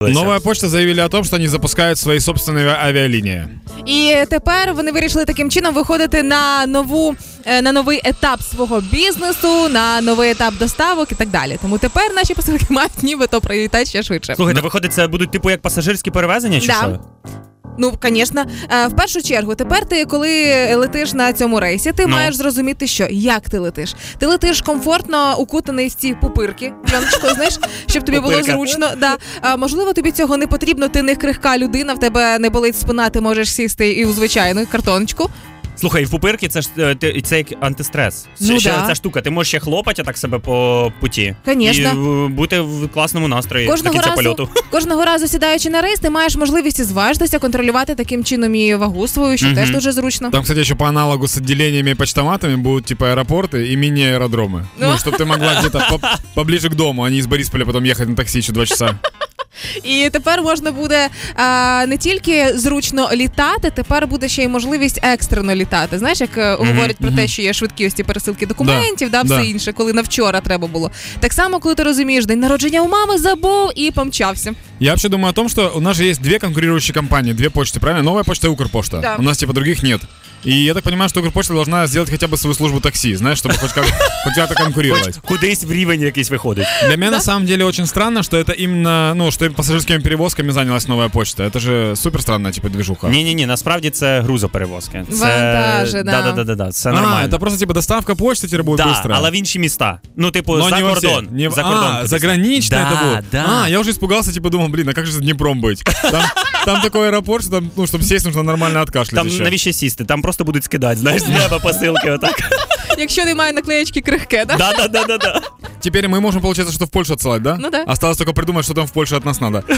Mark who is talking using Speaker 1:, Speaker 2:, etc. Speaker 1: Новая почта заявили о том, что они запускают свои собственные авиалинии.
Speaker 2: І тепер вони вирішили таким чином виходити на нову е, на новий етап свого бізнесу, на новий етап доставок і так далі. Тому тепер наші посилки мають нібито прилітати ще швидше.
Speaker 3: Слухайте, виходить, це будуть типу як пасажирські перевезення, чи
Speaker 2: Да.
Speaker 3: що?
Speaker 2: Ну, звісно, е, в першу чергу, тепер ти, коли летиш на цьому рейсі, ти
Speaker 3: Ну.
Speaker 2: маєш зрозуміти, що як ти летиш. Ти летиш комфортно укутаний в ці пупирки, пленочко, знаєш, щоб тобі було
Speaker 3: Пупирка.
Speaker 2: зручно. Да. Е, Можливо, тобі цього не потрібно, ти не крихка людина, в тебе не болить спина, ти можеш сісти і у звичайну картоночку.
Speaker 3: Слухай, і в пупирки це ж е, ти- це як антистрес.
Speaker 2: Ну
Speaker 3: ще
Speaker 2: да.
Speaker 3: ця штука. Ти можеш ще хлопати так себе по путі.
Speaker 2: Конечно.
Speaker 3: І е, бути в класному настрої Е, до
Speaker 2: Кожного
Speaker 3: кінця
Speaker 2: разу,
Speaker 3: польоту.
Speaker 2: кожного разу сідаючи на рейс, ти маєш можливість і зважитися, контролювати таким чином і вагу свою, що
Speaker 3: Мгм.
Speaker 2: теж дуже зручно.
Speaker 1: Там, кстати, еще по аналогу с отделениями и почтоматами будут типа аэропорты и мини-аэродромы. Ну, чтобы ты могла где-то по- поближе к дому, а не из Борисполя потом ехать на такси еще два часа.
Speaker 2: І тепер можна буде а, не тільки зручно літати, тепер буде ще й можливість екстрено літати. Знаєш, як е, говорять про те, що є швидкі ось ці пересилки документів, да, все
Speaker 1: да.
Speaker 2: інше, коли на вчора треба було. Так само, коли ти розумієш, день народження у мами забув і помчався.
Speaker 1: Я вообще думаю о том, что у нас же есть две конкурирующие компании, две почты, правильно? Новая почта и Укрпочта.
Speaker 2: Да.
Speaker 1: У нас типа других нет. И я так понимаю, что Укрпочта должна сделать хотя бы свою службу такси, знаешь, чтобы хоть как- хоть как-то конкурировать.
Speaker 3: Кудись в рівень якийсь виходить.
Speaker 1: Для меня на самом деле очень странно, что это именно, ну, что и пассажирскими перевозками занялась новая почта. Это же супер странная, типа, движуха.
Speaker 3: Ні, ні, ні, насправді це грузоперевозки. Це...
Speaker 2: Вантажі, да.
Speaker 3: да. Да, да, да, Це
Speaker 1: а,
Speaker 3: нормально.
Speaker 1: это просто типа доставка почти теперь будет
Speaker 3: да,
Speaker 1: быстро.
Speaker 3: але в інші міста. Ну, типу,
Speaker 1: Но
Speaker 3: за,
Speaker 1: не во все.
Speaker 3: кордон.
Speaker 1: Не в-
Speaker 3: за кордон.
Speaker 1: А,
Speaker 3: кудись.
Speaker 1: загранично
Speaker 3: Да,
Speaker 1: это будет.
Speaker 3: да.
Speaker 1: А, я уже испугался, типа думал, блин, а как же за Днепром быть? Там, там такой аэропорт, что там, ну, чтобы сесть, нужно нормально откашлять
Speaker 3: Там
Speaker 1: еще.
Speaker 3: навіщо сісти? Там просто будуть скидати, знаєш, з неба посилки отак.
Speaker 2: Якщо немає наклеєчки крихке, да?
Speaker 3: Да, да, да, да, да.
Speaker 1: Теперь мы можем, получается, что в Польшу отсылать, да?
Speaker 2: Ну да.
Speaker 1: Осталось только придумать, что там в Польше от нас надо.